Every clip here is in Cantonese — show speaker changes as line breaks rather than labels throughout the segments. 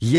以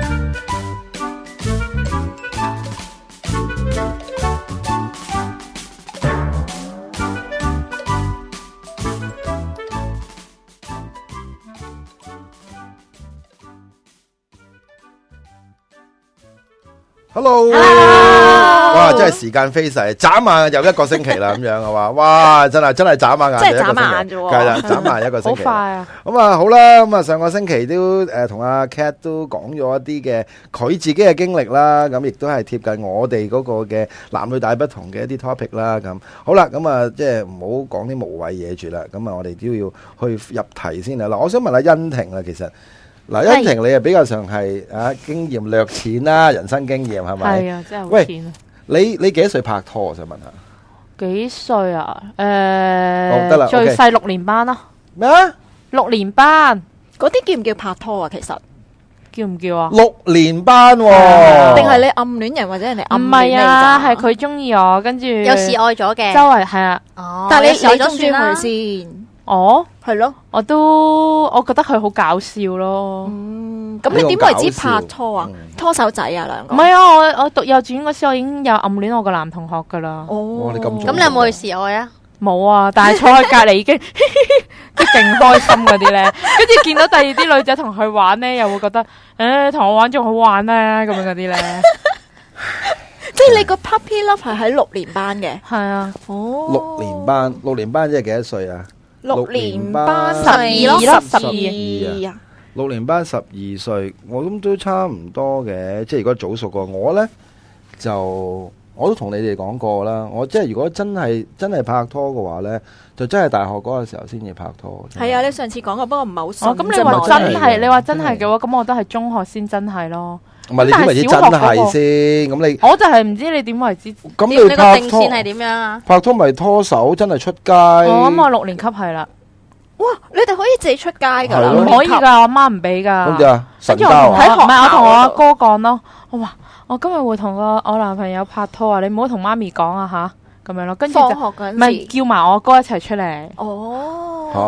Hello，哇！真係時間飛逝，眨眼又一個星期啦，咁樣係 嘛？哇！真係真係眨下眼，
真係眨下眼啫喎
係啦，眨下眼一個星
好
期。
快啊！
咁啊，好啦，咁啊，上個星期都誒同阿 Cat 都講咗一啲嘅佢自己嘅經歷啦，咁亦都係貼近我哋嗰個嘅男女大不同嘅一啲 topic 啦，咁好啦，咁啊，即係唔好講啲無謂嘢住啦，咁啊，我哋都要去入題先啦。嗱，我想問下欣婷啦，其實嗱，
係
欣婷你啊比較上係啊經驗略淺啦，人生經驗係咪？
係啊，真係好
喂
淺啊！
你你幾多歲拍拖？我想問下
幾歲啊？誒、
哦得啦
最
OK
細六年班啦、
咩啊？
六年班
嗰啲叫唔叫拍拖啊？其實
叫唔叫啊？
六年班
啊
喎，
定係你暗戀人或者人哋
唔
暗戀你
係啊，
咋？
係佢中意我，跟住
有示愛咗嘅
周，圍係啊，
哦
但係你
有示愛
你
咗
中唔中意佢
先？
我
係咯，
我都我覺得佢好搞笑咯。
嗯，咁你點為之拍拖啊
呢個搞笑嗯？
拖手仔啊，兩個
唔係啊！我我讀幼稚園嗰時，我已經有暗戀我個男同學噶啦，
哇
哦
你咁早
咁你有冇去示愛啊？
冇啊！但係坐喺隔離已經 即係勁開心嗰啲咧，跟住見到第二啲女仔同佢玩咧，又會覺得誒同、我玩仲好玩咧咁樣嗰啲咧，
即係你個 puppy love 係喺六年班嘅，
係啊。
哦，
六年班，六年班即係幾多歲啊？
六年
六
班
年班
咪
十二咯
十
十
二啊，
六年班十二歲，我諗都差唔多嘅。即係如果早熟過我呢，就我都同你哋講過啦。我即係如果真係真係拍拖嘅話呢，就真係大學嗰個時候先至拍拖。
係啊，你上次講過，不過唔係好信
哦，咁你
啫
話
嘛
話
真
真係
係，你話真
真係
係嘅話，咁我都係中學先真係咯。
唔係你點為之真係先？咁你
我就係唔知你點為之。
咁
你
你
個
拍
定
拖
線係點樣啊？
拍拖咪拖手，真係出街。
我諗我六年級係啦，
哇，你哋可以自己出街㗎
係
啦，
咯
唔可以㗎，我媽唔俾
咁點
㗎。
啊？神
跟住我
交
同我
啊
喺學
唔係我同我阿
校嗰
哥講咯，我話我今日會同個我男朋友拍拖啊，你唔好同媽咪講啊吓，咁樣咯。跟住
放
就
學嗰
咪
陣時，
叫埋我哥一齊出嚟。
哦，
嚇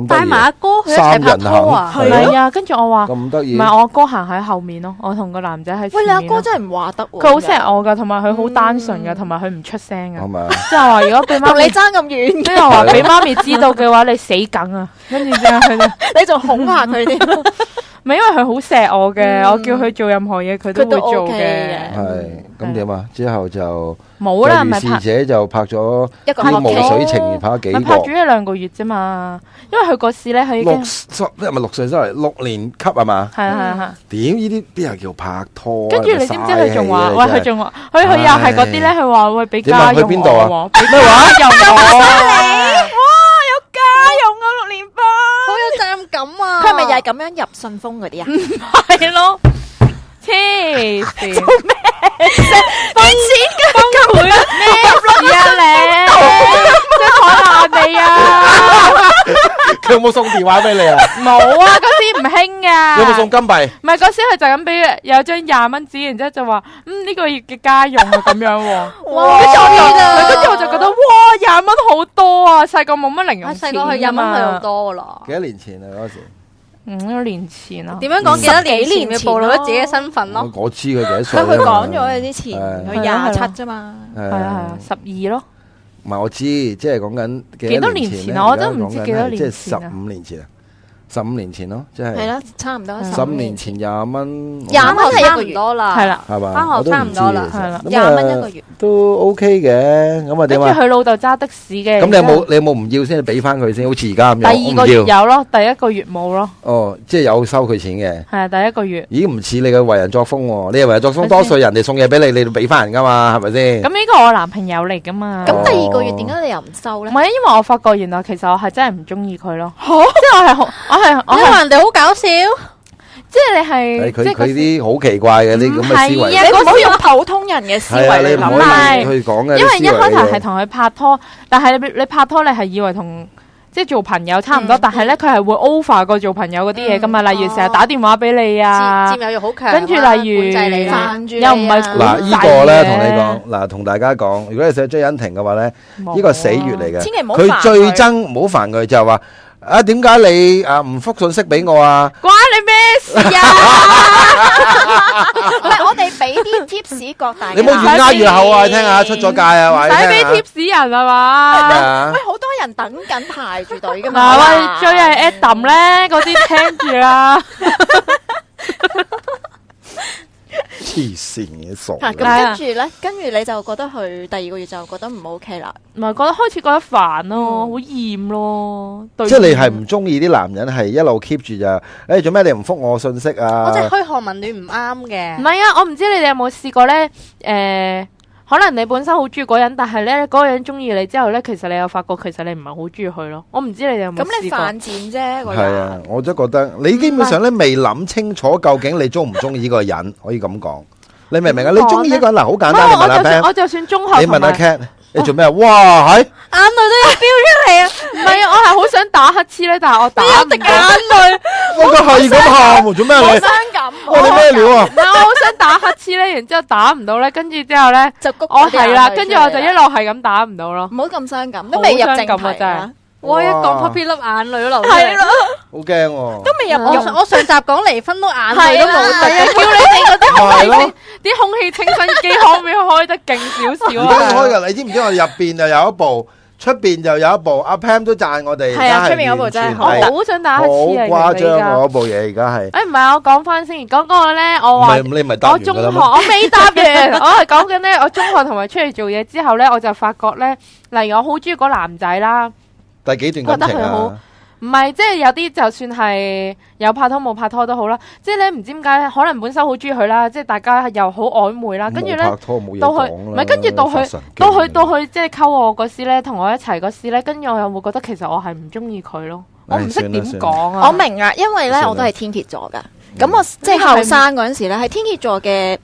咁得
帶
意
埋
啊，
阿哥去一齊拍拖啊？
係咯
係啊，跟住我話
咁得
唔
意。
係我阿哥行喺後面咯，我同個男仔喺
喂，
前
你阿
面咯。
哥真係唔話得喎，
佢好錫我㗎，同埋佢好單純㗎，
嗯
同埋佢唔出聲
係
㗎。
咪啊？
即係話如果俾媽
同
咪
你爭咁遠，
跟住我話啊
啊
俾媽咪知道嘅話，你死梗啊！跟住之後佢就
你仲恐嚇佢添。
唔係因為佢好錫我嘅，
嗯
我叫佢做任何嘢佢都
佢都
會做
OK
嘅
嘅。
係咁
係
點啊？之後就
冇啦，
就
咪
如是
拍
者就拍咗
一個
啲
拍
無
劇
舞
水情緣，拍咗幾
咪
個
拍。咗一兩個月啫嘛。因為佢嗰時咧，佢已經
六十唔係六歲，sorry，六年級係嘛？
係啊係係。
點呢啲邊係叫拍拖啊？
跟住你知唔知佢仲
嘥
話
氣
喂？
啊真係
佢仲話佢佢又係嗰啲咧，
唉
佢話喂俾
點啊
家
去
用
邊度啊
我喎，俾家用我啊。
家用啊六年班，
好有責任感啊！
佢係咪又係咁樣入信封嗰 啲啊？
係咯，黐線，做 咩？錢嘅崩潰咩事啊你？真係海爛你啊！
佢有冇送電話俾你啊？
冇啊，嗰時唔興
有冇
噶
送。金幣？
唔係嗰時佢就咁俾有張廿蚊紙，然之後就話嗯呢個月嘅家用啊咁樣喎。
哇
跟住我
天
就
啊
跟住我就覺得哇廿蚊好多啊！細個冇乜零
我
用
細
錢
個去飲
㗎
飲佢好
嘛，
多啦
幾。多年前啊？嗰時
五年前啊。
點樣講？幾多
十
年
幾
前
年
咪
前咯
暴露咗自己嘅身份咯
我？我知佢幾多歲
佢
啊嘛。
佢講咗嘅之前，
係啊
佢廿七啫嘛。
係
係啊係啊，十二咯，
唔係我知，即係講緊
幾多年前啊我都唔知幾多
即係
年
十
前啊
五年前啊，十五年前咯，即係
係啦，差唔多
十五年前廿蚊，
廿蚊
蚊係
係
一
一
個
個
月
月多啦，
係啦。
係嘛？
返學
我都
差唔多啦
知其實
係啦
咁
廿蚊
啊
一個月，
都 OK 嘅，咁啊
跟
點
住
啊？
佢老豆揸的士嘅。
咁你有
然之後
冇你有冇唔要先俾翻佢先？好似而家咁
第
樣，
二個月
我唔要
有咯，第一個月冇咯，
哦，即係有收佢錢嘅。
係啊，第一個月。
咦，唔似你嘅為人作風喎，你係為人作風多
係先
歲，人哋送嘢俾你，你就俾翻人噶嘛，係咪先？
咁呢個我男朋友嚟噶嘛？
咁
哦
第二個月點解你又唔收
唔
咧？
係，因為我發覺原來其實我係真係唔中意佢咯，即係我係好，我係我
因為
係，
人哋好搞笑，
即係你
誒，
係
佢
即係
佢
嗰時
啲好奇怪嘅啲咁嘅思
唔
維
係啊，
你唔好用普通人嘅思
係啊，
維
你
嚟
唔
諗
啦
啦。
可以去講嘅啲
因為
思維
一開頭
嘅
係
嘢。
同佢拍拖，但係你你拍拖你係以為同即係做朋友差唔多，
嗯
但係咧佢係會 over 過做朋友嗰啲嘢噶嘛，例如成日打電話俾你啊
佔-，佔有欲好強啊，
跟住例如-
管制你啊。
煩住你
又唔係
啊
管
嗱，
制
呢個咧
嘅
同你講，嗱，同大家講，如果你想追恩婷嘅話咧，
冇
呢個係死穴
啊
嚟嘅。
千祈唔好煩
佢最憎唔好煩佢，就係話啊，點解你啊唔復信息俾我啊？
關你咩事 啊？
唔係我哋俾啲 tips 各大
你
家
唔好越
使
呃
俾
越後啊！聽下出咗界啊，話
唔使俾
你
tips 人啊
聽
嘛？
啊
喂，。好多人等緊排住隊噶嘛。
嗱，喂，最係 Adam 咧，嗰啲聽住啦。
黐線嘅傻
嚇
嘅。
咁跟住咧，跟住你就覺得佢第二個月就覺得唔 OK 啦。
唔係覺得開始覺得煩咯，
嗯
好厭咯。對
即係你係
面
唔中意啲男人係一路 keep 住就，誒做咩你唔復我信息啊？
我真係噓寒問暖唔啱嘅。
唔係啊？我唔知你哋有冇試過咧？诶、可能你本身好中意嗰個人，但係咧嗰個人中意你之後咧，其實你有發覺其實你唔係好中意佢咯。我唔知你哋有冇
咁
試
你
過？
犯賤啫，個
係啊
人。，
我都覺得你基本上咧未諗清楚究竟你中唔中意呢個人，可以咁講。你明唔明啊？
點講
你
呢
中意一個人嗱，好簡單，
唔
你
係
問
我
阿
就算
Ben，
我就算中學
你問
同
阿
埋
Cat，你做咩啊？哇，係
眼淚都要飆出嚟啊。
唔係啊，我係好想打乞嗤咧，但係我打唔到。
我個係咁喊喎，做咩
好
你？
傷感，
哇，你咩料啊？
唔係我好想打乞嗤咧，然之後打唔到咧，跟住之後咧，
就谷
我
咗啲眼
係啦，
淚
跟住
出嚟
我就一
啦
路係咁打唔到咯。
唔好咁傷感，都未入正
好傷感啊
題
真係
啊，
哇，
哇，一講puppy love，眼淚都流出嚟。
係咯，
好驚喎，
都未入
我-
肉。
我上集講離婚都眼淚都冇滴。
係啊，叫你哋嗰啲
係咯，
啲空氣清新機可唔可以開得勁少少
而
啊？
家開㗎，你知唔知我哋入邊就有一部，出邊就有一部，阿 À, Pam 都讚我哋，
係啊
而家
出邊嗰部真係
完全
我
好
哦好想打
好
乞嗤啊！
誇
其
張
實
啊！
而
嗰部嘢而家係，
家，誒唔係我講翻先，講嗰個咧，我
唔
話
係你咪答
我
完㗎
中
啦
學
咩？
我未答完，我係講緊咧，我中學同埋出嚟做嘢之後咧，我就發覺咧，例如我好中意嗰男仔啦。
第幾段感情
覺得佢
啊
好？唔係，即係有啲就算係有拍拖冇拍拖都好啦，即係咧唔知點解，可能本身好中意佢啦，即係大家又好曖昧啦，跟住
冇
咧
拍拖冇嘢
到去
講啦
唔係跟住到去
發神經
到去到去即係溝我嗰時咧，同我一齊嗰時咧，跟住我又會覺得其實我係唔中意佢咯，我
唉
唔識
算啦
點
算啦
講啊，
我明啊，因為咧
算啦
我都係天蝎座噶，
嗯
咁我即係後生嗰陣時咧，係天蝎座嘅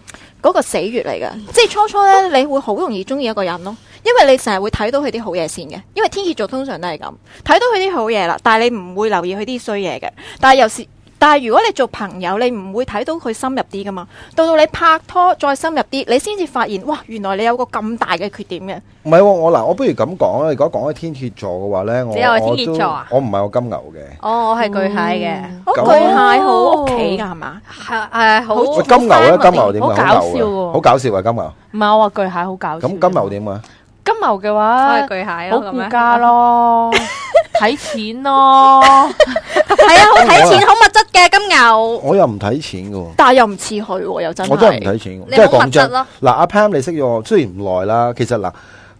嗰個死穴嚟噶，即係初初咧你會好容易中意一個人咯，因為你成日會睇到佢啲好嘢先嘅，因為天蝎座通常都係咁，睇到佢啲好嘢啦，但係你唔會留意佢啲衰嘢嘅，但係有時。但係如果你做朋友，你唔會睇到佢深入啲噶嘛。到到你拍拖再深入啲，你先至發現，哇！原來你有個咁大嘅缺點嘅。
唔係喎，我嗱，我不如咁講啦。如果講起天蝎座嘅話咧，我
你又係
我
天蠍
都
座啊
我唔係我金牛嘅，
哦，我係巨蟹嘅。
我巨
咁哦
蟹好屋企㗎係嘛？
係，係，好-
喂金牛咧，
好friendly。
金牛點
好
㗎
搞
好
笑
牛
喎
啊，好搞笑啊，金牛。
唔係我話巨蟹好搞笑。
咁金牛？點啊？
金牛嘅話
我係巨蟹咯，
好
咁樣。
顧 家咯，睇錢咯，
係啊，好睇錢，好物質嘅金牛。
我又唔睇錢嘅喎，
但係又唔似佢喎，又真係。
我真係唔睇錢喎，
你
即係
冇
講
物
真
質咯。
嗱，阿 à, Pam 你識咗我，雖然唔耐啦，其實嗱，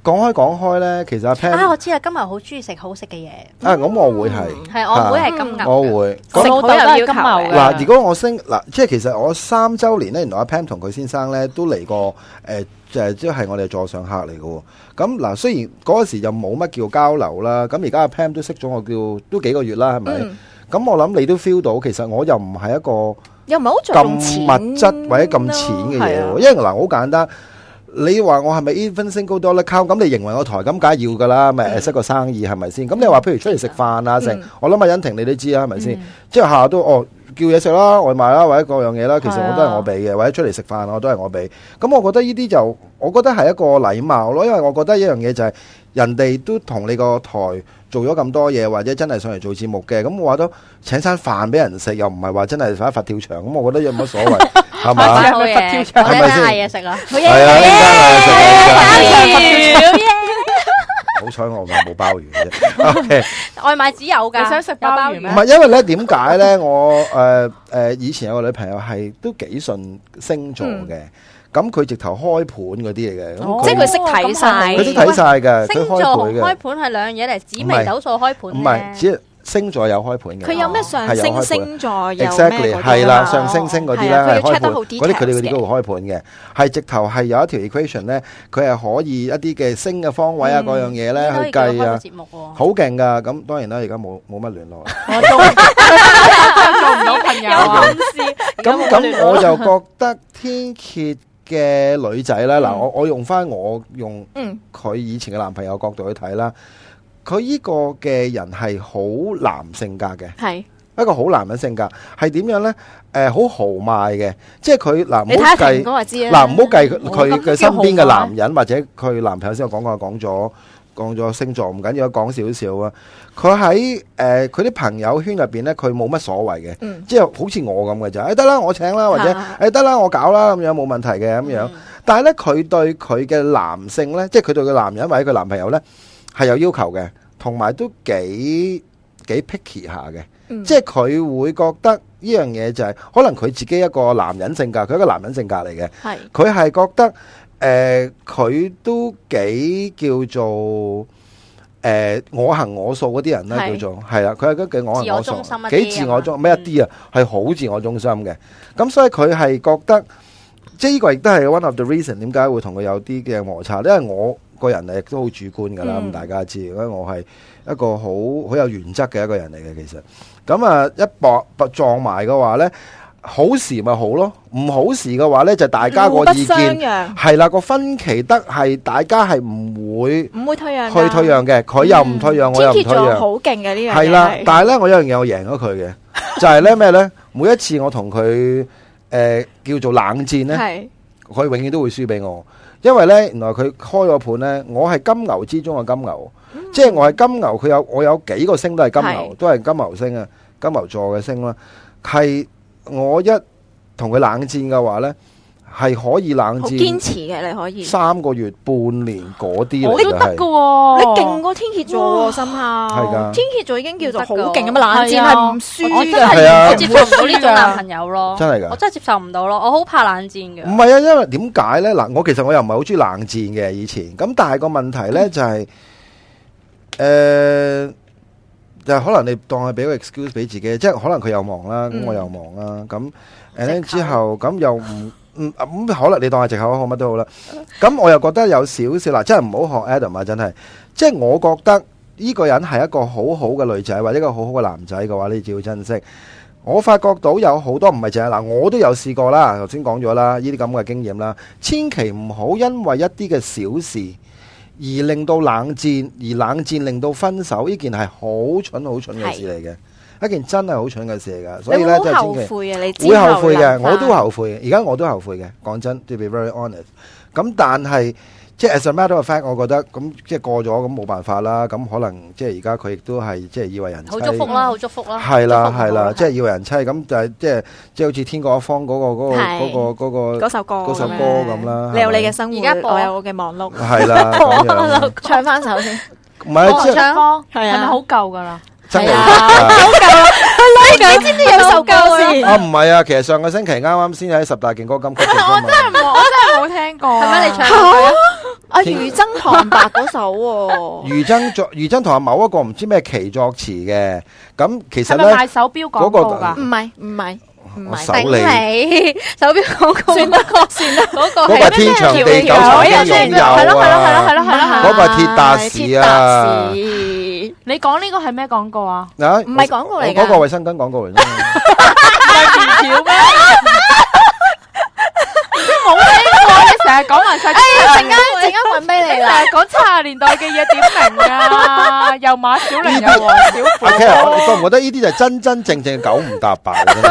講開講開咧，其實阿 Pam À,
我知啦，今日好中意食好食嘅嘢，
啊，咁我會係，
系我會係金牛
我
嘅，
會。
我
食
老
好
豆
有
都係
要求
金牛嘅。
嗱，如果我升嗱，即係其實我三週年咧，原來阿 Pam 同佢先生咧都嚟過誒誒，即係我哋座上客嚟嘅喎。咁嗱，雖然嗰時就冇乜叫交流啦，咁而家阿 Pam 都識咗我叫都幾個月啦，係咪？
嗯，
咁我諗你都 feel 到，其實我又唔係一個。
又唔係好
咁
着重錢咯
物質或者咁錢嘅嘢
係啊
喎，因為嗱好簡單。你話我係咪 even single dollar count？咁你營運個台咁梗係要㗎啦，咪識個生意係咪先？咁你話譬如出嚟食飯啊，成
嗯
我諗阿欣婷你都知啦，係咪先？即係下下都哦叫嘢食啦、外賣啦，或者各樣嘢啦，其實
係啊
我都係我俾嘅，或者出嚟食飯啊我都係我俾。咁我覺得呢啲就我覺得係一個禮貌咯，因為我覺得一樣嘢就係人哋都同你個台做咗咁多嘢，或者真係上嚟做節目嘅，咁我話都請餐飯俾人食，又唔係話真係發一發跳牆，咁我覺得有乜所謂係
我
嘛？
係
真
啊係咪佛跳
係好嘢，我
牆
哋嗌嘢食啦，
係
哎
啊，呢
好
間係食啊
嘢
好彩我唔係冇鮑魚嘅啫。OK，
外賣只有㗎，
你想食
有
鮑魚
唔
咩
係因為咧點解 咧？我誒誒以前有個女朋友係都幾信星座嘅，咁佢直頭開盤嗰啲嚟嘅，咁
即係佢
佢
識睇晒
佢都睇晒嘅，
星
佢開
座同
盤
開
嘅，
盤係兩樣嘢嚟，紫微斗數開盤
唔係
啫。
只星座有開盤嘅。
佢有咩上
啊
升星座有咩嗰啲
exactly
啊嘛
係啦，上升星嗰啲咧
係啊佢
係
要
開
check
盤，
得好
嗰啲佢哋嗰
details
啲
嘅
叫開盤嘅，係直頭係有一條 equation 咧，佢係可以一啲嘅星嘅方位啊，
嗯
嗰樣嘢咧去
應該
計
要開個
啊，
節目喎，
好勁噶！咁當然啦，而家冇冇乜聯絡啦。
我做做唔到朋友啊！
咁咁嗯我就覺得天蝎嘅女仔咧，嗱我我用翻我用
嗯
佢以前嘅男朋友角度去睇啦，佢呢個嘅人係好男性格嘅，
係
一個好男人性格係點樣呢？诶、好豪邁嘅，即係佢嗱，唔
你睇
好
下
計
蘋果就知啊嗯啦。
嗱，唔好計佢
我覺得
佢
都
嘅
叫
身邊嘅
豪邁
男人或者佢男朋友先，我講過講咗講咗星座，唔緊要，講少少啊。佢喺誒佢啲朋友圈入邊咧，佢冇乜所謂嘅，
嗯
即係好似我咁嘅咋。誒得啦，我請啦，或者
啊嗯
誒得啦，我搞啦，咁樣冇問題嘅咁樣。但係咧，佢對佢嘅男性咧，即係佢對佢男人或者佢男朋友咧係有要求嘅，同埋都幾幾 picky 下嘅。
嗯
即係佢會覺得呢樣嘢就係、可能佢自己一個男人性格，佢一個男人性格嚟嘅。
係
佢係覺得誒，佢、都幾叫做。誒、我行我素嗰啲人啦，
係
叫做係啦，佢係嗰幾我
自
行
我
我
中心一
素，
啲
幾自我中咩一啲啊，係好自我中心嘅。咁所以佢係覺得，即係呢個亦都係 one of the reason 點解會同佢有啲嘅摩擦，因為我個人亦都好主觀㗎啦，咁、
嗯
大家知，因為我係一個好好有原則嘅一個人嚟嘅，其實。咁啊，一搏搏撞埋嘅話咧，好時咪好咯，唔好時嘅話咧就大家個意見
見
係啦，個分歧得係大家係唔會
唔會退讓㗎。啊嗯
去退讓嘅，佢又唔退讓，我又
天
唔
蝎
退
座
讓，
好勁嘅呢樣嘢
係啦。但係咧，我有樣嘢我贏咗佢嘅，就係咧咩 咧？每一次我同佢誒叫做冷戰咧。
係
佢永遠都會輸俾我，因為呢，原來佢開個盤呢，我係金牛之中嘅金牛，即係我係金牛，佢有我有幾個星都係金牛，
係
都係金牛星啊，金牛座嘅星啦，係我一同佢冷戰嘅話呢，係可以冷
好堅
戰
持嘅，你可以。
三個月、半年嗰啲
我
嚟
都
嘅
得噶
係。
喎，
你勁過天蝎座喎，深刻。
係㗎
天蝎座已經叫做好勁
唔得㗎
咁啊，冷戰係唔
我
輸
真
㗎。
係啊
係我接受唔到呢種男朋友咯，
真係㗎
我真係接受唔到咯，我好怕冷戰嘅
唔。係啊，因為點解呢？嗱，我其實我又唔係好中意冷戰嘅以前，咁但係個問題
嗯
呢，就係、誒、就係可能你當係俾個 excuse 俾自己，即係可能佢又忙啦，咁
嗯
我又忙啦，咁
藉口
誒之後咁又 唔。嗯，咁可能你當係藉口好乜都好啦。咁我又覺得有少少嗱，真係唔好學 Adam 啊！真係，即係我覺得呢個人係一個好好嘅女仔，或者一個好好嘅男仔嘅話，你就要珍惜。我發覺到有好多唔係淨係嗱，我都有試過啦，頭先講咗啦，呢啲咁嘅經驗啦，千祈唔好因為一啲嘅小事而令到冷戰，而冷戰令到分手，呢件係好蠢好蠢嘅事嚟嘅，一件真係好蠢嘅事嚟㗎，所以
你
咧
會
真
好
係
後
千祈。
悔啊嘅，你之
會後悔嘅，
諗返
我都後悔嘅，而家我都後悔嘅。講真，to be very honest。咁但係即係 as a matter of fact，我覺得咁即係過咗咁冇辦法啦。咁可能即係而家佢亦都係即係以為人妻
好祝福啦，好祝福啦，
係啦係
好
啦，
祝
即
福
係以為人妻咁，但係即係即係好似天各一方嗰個嗰個
係
嗰個嗰個
嗰首歌
嗰首
咁樣
歌咁啦
你有你嘅生活，
而家播
我有我嘅忙碌。
係啦咁樣。
唱翻首先，
唔係
好啦
即
我
係
方
係啊
係咪好舊噶啦？
真係
係
啊
啊你知唔知有首歌 先？
啊唔係啊，其實上個星期啱啱先喺十大勁歌金曲嘅嘛。
我真係冇聽過。
係咪你唱？
啊，余真旁白嗰首 喎，
余真作余真同阿某一個唔知咩奇作詞嘅，咁其實
係咪
咧。
賣手錶廣告
嗰
㗎
個？
唔係唔係唔
我手
係，
鬥
頂
你
你手錶廣告嗰個算啦，嗰個
嗰個係
係
天長地久
我
曾
有
經擁
聽過
有啊！
係咯係咯係咯係咯係咯係咯
嗰個係鐵達士啊
唔係鐵達士
你講呢個係咩廣告啊？
啊，
唔係廣告嚟㗎
我嗰個衛生巾廣告嚟啫。
你成日講埋晒，
陣間陣間揾俾
你
你
成
啦。
日講七十年代嘅嘢點明啊？又馬小玲又黃小
阿 K，我覺得呢啲就係真真正正嘅九唔搭八真係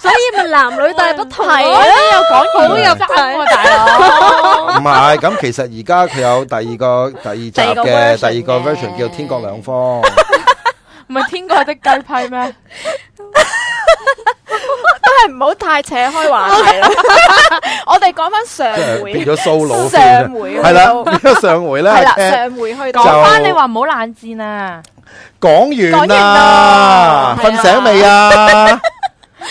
所以咪男女大不同
係
咯
啊，。又講好
好有
有真喎，大佬。
唔係咁，其實而家佢有第二個第二集
第二個
嘅
version
第二個 version
嘅
叫《天各兩方》，
唔係天國的雞批咩？
都係唔好太扯開話 題啦。我哋講翻上
即係
回
變，咗 solo
上回
係啦， 變咗上回咧，
係啦，
Kat
上回去
就
到
講翻你話唔好冷戰啊！
講完啦，
講
瞓
完啦
醒未啊？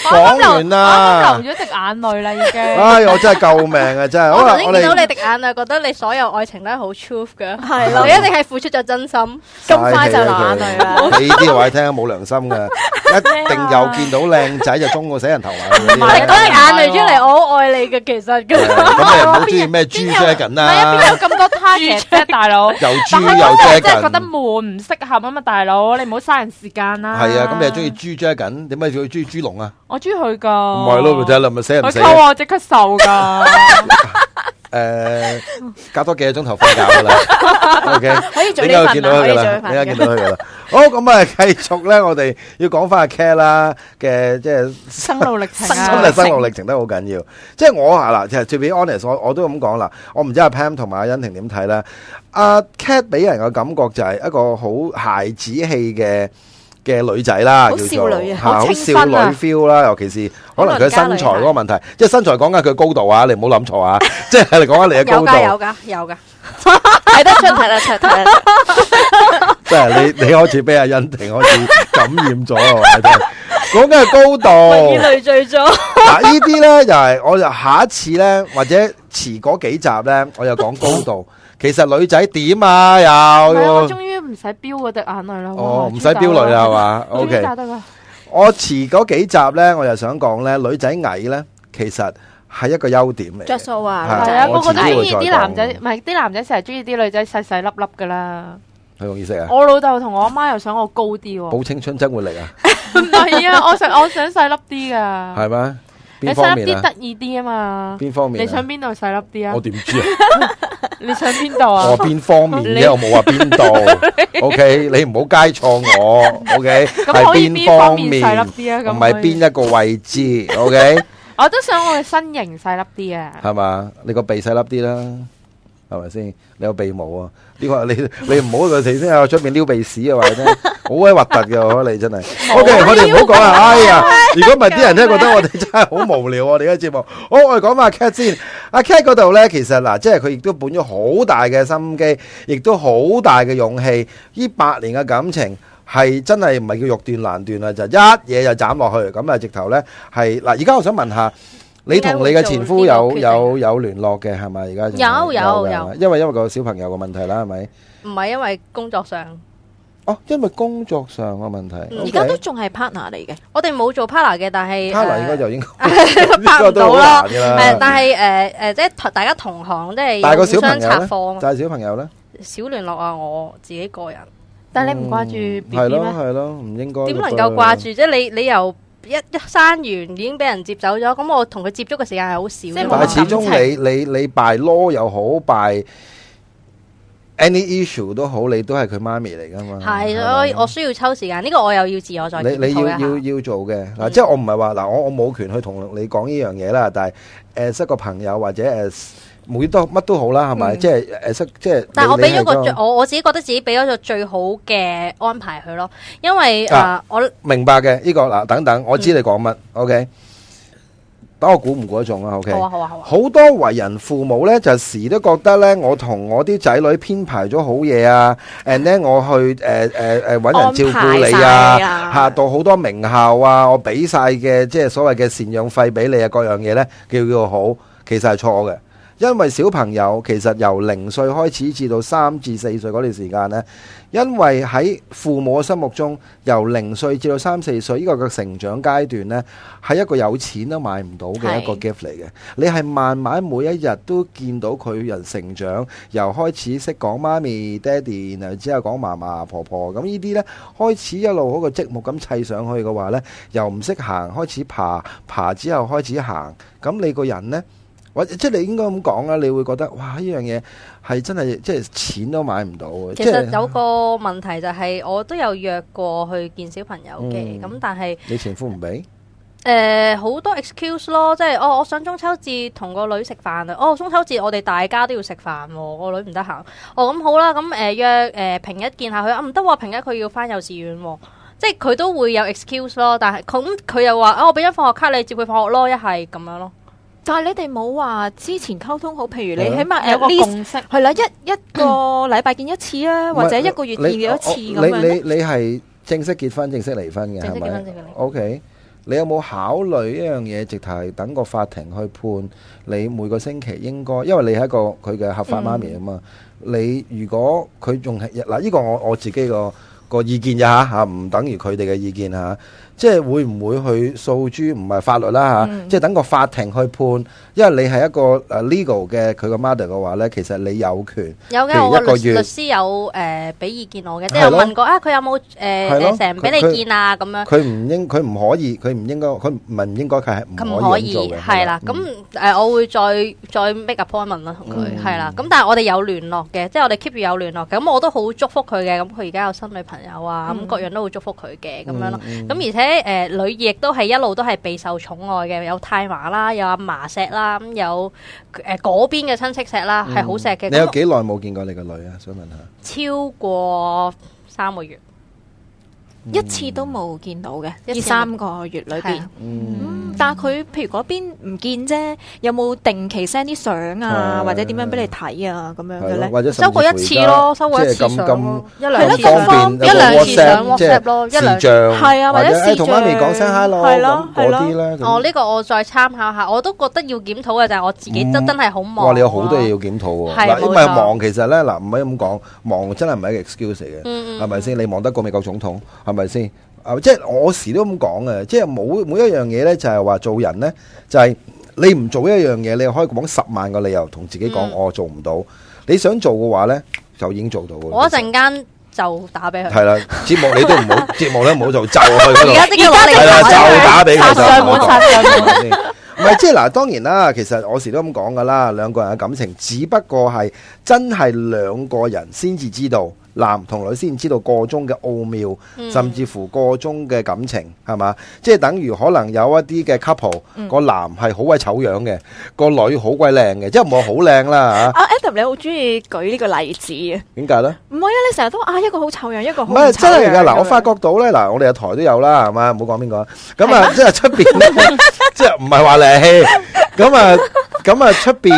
講完
我
啦，
流咗滴眼淚啦，已經。
唉，我真係救命啊！真係，
我
好啦
頭，先
我
見到
哋
你滴眼淚，覺得你所有愛情都係好 truth 嘅，
係咯
你一定係付出咗真心。
咁快就流眼淚啦。
你呢啲話聽冇良心嘅，一定又見到靚仔就中個死人頭埋佢
你
嗰啲
講滴眼淚出嚟，我好愛你嘅，其實咁。
咁你又唔好中意咩豬啫緊
邊
啦
有，咁多 target 啫，大佬？
又
但
豬
係
又
我真係
啫
真係覺得
緊，
悶，唔適合啊嘛，大佬，你唔好嘥人時間啦。
係啊，咁你又中意？豬啫緊，點解仲要中意豬龍啊？
我中意佢噶。à.
唔係咯，咪就係啦，咪死人
佢
死。
溝我即刻瘦噶。
诶，隔多幾個鐘頭瞓覺噶啦。OK，
可以早
你
啲
應該
瞓
見到
啊，可以
佢噶
早啲
啦，你而家見
瞓嘅。
到佢噶啦。好，咁啊，繼續咧，我哋要講翻阿 Cat 啦嘅，即係
生路歷程
真係
啊，
生活歷程都好緊要。即係我啊係啦，其實 to be honest，我我都咁講啦。我唔知阿 Pam 同埋阿欣婷點睇啦。阿 Cat 俾人嘅感覺就係一個好孩子氣嘅。嘅女仔啦，
好
叫做
少女啊
嚇
好
好
青
少
春
女
啊
feel 啦，尤其是可能佢身材嗰個
老
問題，即係身材講緊佢高度啊，你唔好諗錯啊， 即係你講緊你嘅高
有噶有
度，
噶有噶，
睇得出，睇得出，睇得出。
即係你你開始俾阿欣婷開始感染咗啊，我話你聽講緊係高度，
以累赘咗。
嗱，呢啲咧就係我就下一次咧，或者遲嗰幾集咧，我又講高度。其實女仔點啊？
唔係我
又
終於唔使飆嗰滴眼淚啦，
哦，唔使飆淚啦，係嘛
終於
？OK，
打得啦
我遲嗰幾集咧，我又想講咧，女仔矮咧，其實係一個優點嚟
着
嘅。
數
係
啊，
係
真
啊，
係
我
個個都
遲啲
中
會
意
再
啲
講
男仔，唔係啲男仔成日中意啲女仔細細粒粒噶啦。
佢用意識啊，
我老豆同我阿媽又想我高啲喎，
保青春增活力啊，
唔係啊，我想我想細粒啲噶，
係咩？
啊你
邊
細
方
粒
面
啲
啊？
得意啲啊嘛。
邊方面
你
啊
想？邊度細粒啲
我
啊？
點知啊？
你想邊度啊
我？邊方面
你
啫，我冇話邊 度。OK，你唔好街錯我。OK，
咁
係
可以
邊
邊
方
方
面
面？細粒啲啊？咁
唔係
可以
邊一個位置，OK
我都想我嘅身形細粒啲啊！
係嘛？你個鼻細粒啲啦，係咪先？你有鼻毛啊？呢、個你你唔好佢哋先喺出面撩鼻屎啊！話 你聽，好鬼核突嘅，可你真係。OK，我哋唔好講啦。哎呀，如果唔係啲人咧覺得我哋真係好無聊啊我哋嘅節目。好，我哋講翻阿 Cat 先。阿 Cat 嗰度咧，其實嗱，即係佢亦都本咗好大嘅心機，亦都好大嘅勇氣。呢八年嘅感情。係真係唔係叫肉斷難斷啦，就一嘢就斬落去，咁啊直頭咧係嗱，而家我想問下，你同你嘅前夫有
點解會做呢個決定啊
有有聯絡嘅係咪？而家仲
有有
嘅係咪因為因為個小朋友嘅問題啦，係咪？
唔係因為工作上，
哦，因為工作上嘅問題，
而家都仲係 partner 嚟嘅，
我哋冇做 partner 嘅，但係呃
p a r 應該 就應 該呢
拍
個
唔
都
到
好
啦
難。㗎
誒，
啦。
但係誒誒，即係大家同行，即
但係
係
個小
互
朋友
相
咧
插貨，
就係小朋友咧，
少聯絡啊！我自己個人
但係你唔掛
嗯
住 B B
係咯
咩？
係咯，唔應該
點能
覺得
夠掛住？即係你你由一一生完已經俾人接走咗，咁我同佢接觸嘅時間係好少
係
㗎
冇
但
嘛。
係始終
感
你你你 by law 又好 by any issue 都好，你都係佢媽咪嚟㗎嘛。係
係，
咪
我我需要抽時間，呢個我又要自我再
你你
檢討
要
一下
要要做嘅
嗯
嗱，即係我唔係話嗱，我我冇權去同你講呢樣嘢啦，但係誒識個朋友或者誒每都乜都好啦，係咪？即係誒識即係。
嗯但係我俾咗個最
最
我我自己覺得自己俾咗個最好嘅安排佢咯，因為
啊
啊我
明白嘅呢個嗱，等等，我知你講乜，OK？等我估唔估得中啊，OK？
好啊好啊好啊，
好多為人父母呢，就時都覺得呢，我同我啲仔女編排咗好嘢啊，and 呢，我去誒誒誒揾人照顧你啊
安排晒，啊
嚇到好多名校啊，我俾晒嘅即係所謂嘅贍養費俾你啊，各樣嘢呢，叫叫好，其實係錯嘅。因為小朋友其實由零歲開始至到三至四歲嗰段時間呢，因為喺父母嘅心目中，由零歲至到三四歲呢個嘅成長階段呢，係一個有錢都買唔到嘅一個
係
gift 嚟嘅。你係慢慢每一日都見到佢人成長，由開始識講媽咪、爹哋，然後之後講嫲嫲、婆婆，咁呢啲呢，開始一路嗰個積木咁砌上去嘅話呢，由唔識行開始爬，爬之後開始行，咁你個人呢，或者即係你應該咁講啦，你會覺得哇呢樣嘢係真係即係錢都買唔到啊嘅，即
其實
係
有個問題就係我都有約過去見小朋友嘅，
嗯
咁但係。
你前夫唔俾。
誒好、多 excuse 咯，即係哦，我想中秋節同個女食飯啊，哦中秋節我哋大家都要食飯喎，個女唔得閒，哦咁好啦，咁誒、約誒、平日見下佢啊，唔得喎，平日佢要翻幼稚園喎、即係佢都會有 excuse 咯，但係咁佢又話啊，我俾張放學卡你接佢放學咯，一係咁樣咯，
但係你哋冇話之前溝通好，譬如
係
你
啊
起碼
有
at
個
least
共識，
係啦，一一個禮拜見一次啊，或者
唔係
一個月見
你
幾多次
我我
咁樣。
你你你係正式結婚、正式離婚嘅
正
係
式結
咪
婚正式離婚
？OK，你有冇考慮一樣嘢，直頭係等個法庭去判你每個星期應該，因為你係一個
嗯
佢嘅合法媽咪啊嘛。你如果佢仲係嗱，呢個我我自己個個意見咋嚇，唔等於佢哋嘅意見嚇。即係會唔會去訴諸唔係法律啦嚇，
嗯
即係等個法庭去判，因為你係一個誒 legal 嘅佢個 mother 嘅話咧，其實你有權
有
譬
嘅，
如
我
一個
個律
月
律師有誒俾意見我嘅，即
係
係
咯
問過啊，佢有冇誒
係咯
誒成日唔俾
佢佢
你見啊咁 樣。
佢唔應佢唔可以佢唔應該佢唔係唔應該佢係
咁
唔
唔可
可以咁
以
做嘅
係啦，咁
嗯
誒我會再再 make appointment 啦，同佢
嗯
係啦。咁但係我哋有聯絡嘅，即係我哋 keep 住有聯絡嘅。咁我都好祝福佢嘅。咁佢而家有新女朋友啊，咁
嗯
各樣都好祝福佢嘅咁樣咯。
嗯嗯
咁而且誒女兒亦都係一路都係備受寵愛嘅，有太嫲啦，有阿嫲錫啦，咁有誒嗰邊嘅親戚錫啦，係好錫嘅。
你有
咁
幾耐冇見過你個女啊？想問下。
超過三個月，
嗯
一次都冇見到嘅，
一次
二三個月裏
係
邊
啊。
嗯
嗯但係佢譬如嗰邊唔見啫，有冇定期 send 啲相啊，
係
或者點樣俾你睇啊咁樣
係
嘅
咯
咧？
或者
收過一次咯，收過一次
即
相
係咁
咯，一
係
兩
咯
次
咁方
相，
便有
一兩次上
個 WhatsApp，即係
WhatsApp 咯，一兩
視像，
係啊或者
誒同媽咪
視像
講聲 hello
係咯
咁嗰
係咯
啲咧。咁
哦，呢個我再參考下，我都覺得要檢討嘅就係我自己真
嗯
真係好忙。
哇！你有好多嘢要。檢討喎。
係
嗱，
冇
因為
錯
忙其實咧，嗱唔可以咁講，忙真係唔係一個 excuse 嚟嘅，
嗯
係咪先？你忙得過美國總統係咪先？啊，即係我時都咁講嘅，即係冇每一樣嘢咧，就係話做人咧，就係你唔做一樣嘢，你可以講十萬個理由同自己講
嗯
我做唔到。你想做嘅話咧，就已經做到嘅。
我一陣間就打俾佢。
係啦，節目你都唔 好，節目咧唔好做，就去嗰度
而。家即刻攞
係啦，
嚟
就
打
打俾
俾佢
佢
殺
就
上門殺上門
係咪先唔係即係嗱，當然啦，其實我時都咁講噶啦，兩個人嘅感情只不過係真係兩個人先至知道，男同女先知道個中嘅奧妙，
嗯
甚至乎個中嘅感情係嘛？即係等於可能有一啲嘅 couple，個男係好鬼醜樣嘅，個女好鬼靚嘅，即係唔係好靚啦 嚇？
啊 Adam，你好中意舉呢個例子啊？
點解咧？
唔係啊，你成日都啊一個好醜樣，一個
唔
好
係
醜
真係㗎，
樣
嗱，我
咁樣
發覺到咧，嗱，我哋嘅台都有啦，係嘛，唔好講邊個啦。咁啊，即係出邊 咧，即係唔係話你咁啊，咁啊出邊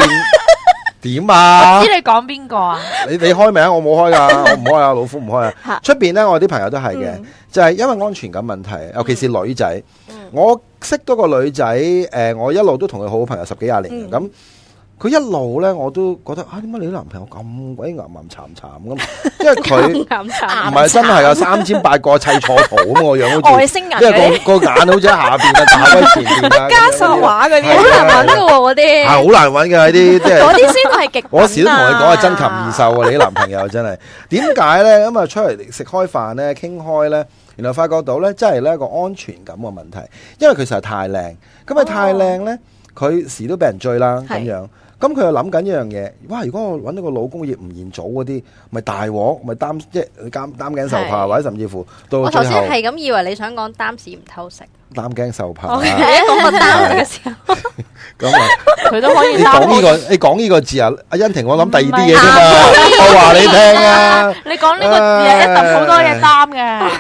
點啊？
知你講邊個啊？
你你開名，我冇開㗎，我唔開啊，老虎唔開啊
嚇。
出邊咧，我啲朋友都係嘅
嗯，
就係因為安全感問題，尤其是女仔。我識多個女仔，誒，我一路都同佢好好朋友十幾廿年嘅咁。佢一路咧，我都覺得啊，點解你啲男朋友咁鬼岩岩慘慘 咁？因為佢。
咁
唔係真係有啊三尖八個砌錯圖咁個樣，好
外
似，
星人
因
嗰啲
為個個眼好似喺下邊啊，打開前邊啊，
加索畫
係
嗰啲，
啊
難揾嘅喎，嗰
係
啲
好難揾嘅啲， 即
嗰
係
啲先係極品啊。
我時都同你講係真禽異獸啊！你啲男朋友真係點解咧？咁啊出嚟食開飯咧，傾開咧，原來發覺到咧，真係咧個安全感嘅問題，因為佢實在太靚，
哦
咁啊太靚咧，佢時都俾人追啦咁
係
樣。咁佢又諗緊一樣嘢，哇！如果我揾到個老公葉吳彥祖嗰啲，咪大鑊，咪擔即係擔擔驚受怕，
係
或者甚至乎到
我
最
頭
後
先係咁以為你想講擔屎唔偷食，
擔驚受怕。
我講個擔嘅時候，
咁啊，
佢都可以
你講呢
擔。
個，你講呢個字啊，阿欣婷，我諗第二啲嘢啫嘛，我話你聽啊，
你講呢個字係一定好多嘢擔嘅。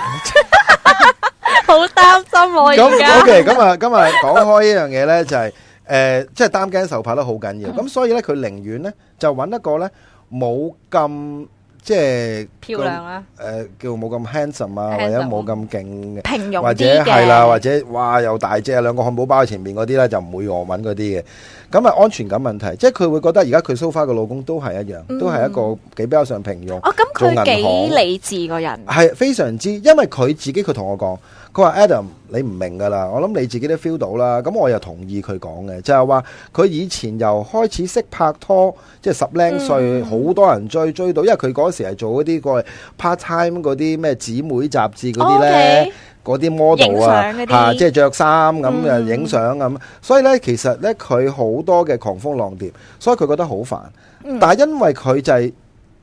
好擔心我
咁 OK，咁啊，咁啊，講開呢樣嘢咧，就係誒，即係擔驚受怕得好緊要，咁所以咧，佢寧願咧就揾一個咧冇咁即係
漂亮啊！
誒叫冇咁 handsome 啊，或者冇咁勁嘅。
平庸
或者
啲嘅，
係啦，或者哇又大隻，兩個漢堡包喺前面嗰啲咧就唔會我揾嗰啲嘅。咁啊安全感問題，即係佢會覺得而家佢 so far 個老公都係一樣，
嗯
都係一個幾比較上平庸，
哦，咁
做銀行
佢幾理智個人，
係非常之，因為佢自己佢同我講，佢話 Adam 你唔明㗎啦，我諗你自己都 feel 到啦。咁我又同意佢講嘅，就係話佢以前由開始識拍拖，即係十
嗯
零歲，好、多人追追到，因為佢嗰時係做嗰啲個 part time 嗰啲咩姊妹雜誌嗰啲咧。
哦 OK
嗰啲 model 啊
影相嗰，啲
嚇，即係着衫咁
嗯
誒影相咁，所以咧其實咧佢好多嘅狂風浪蝶，所以佢覺得好煩。
嗯
但係因為佢就係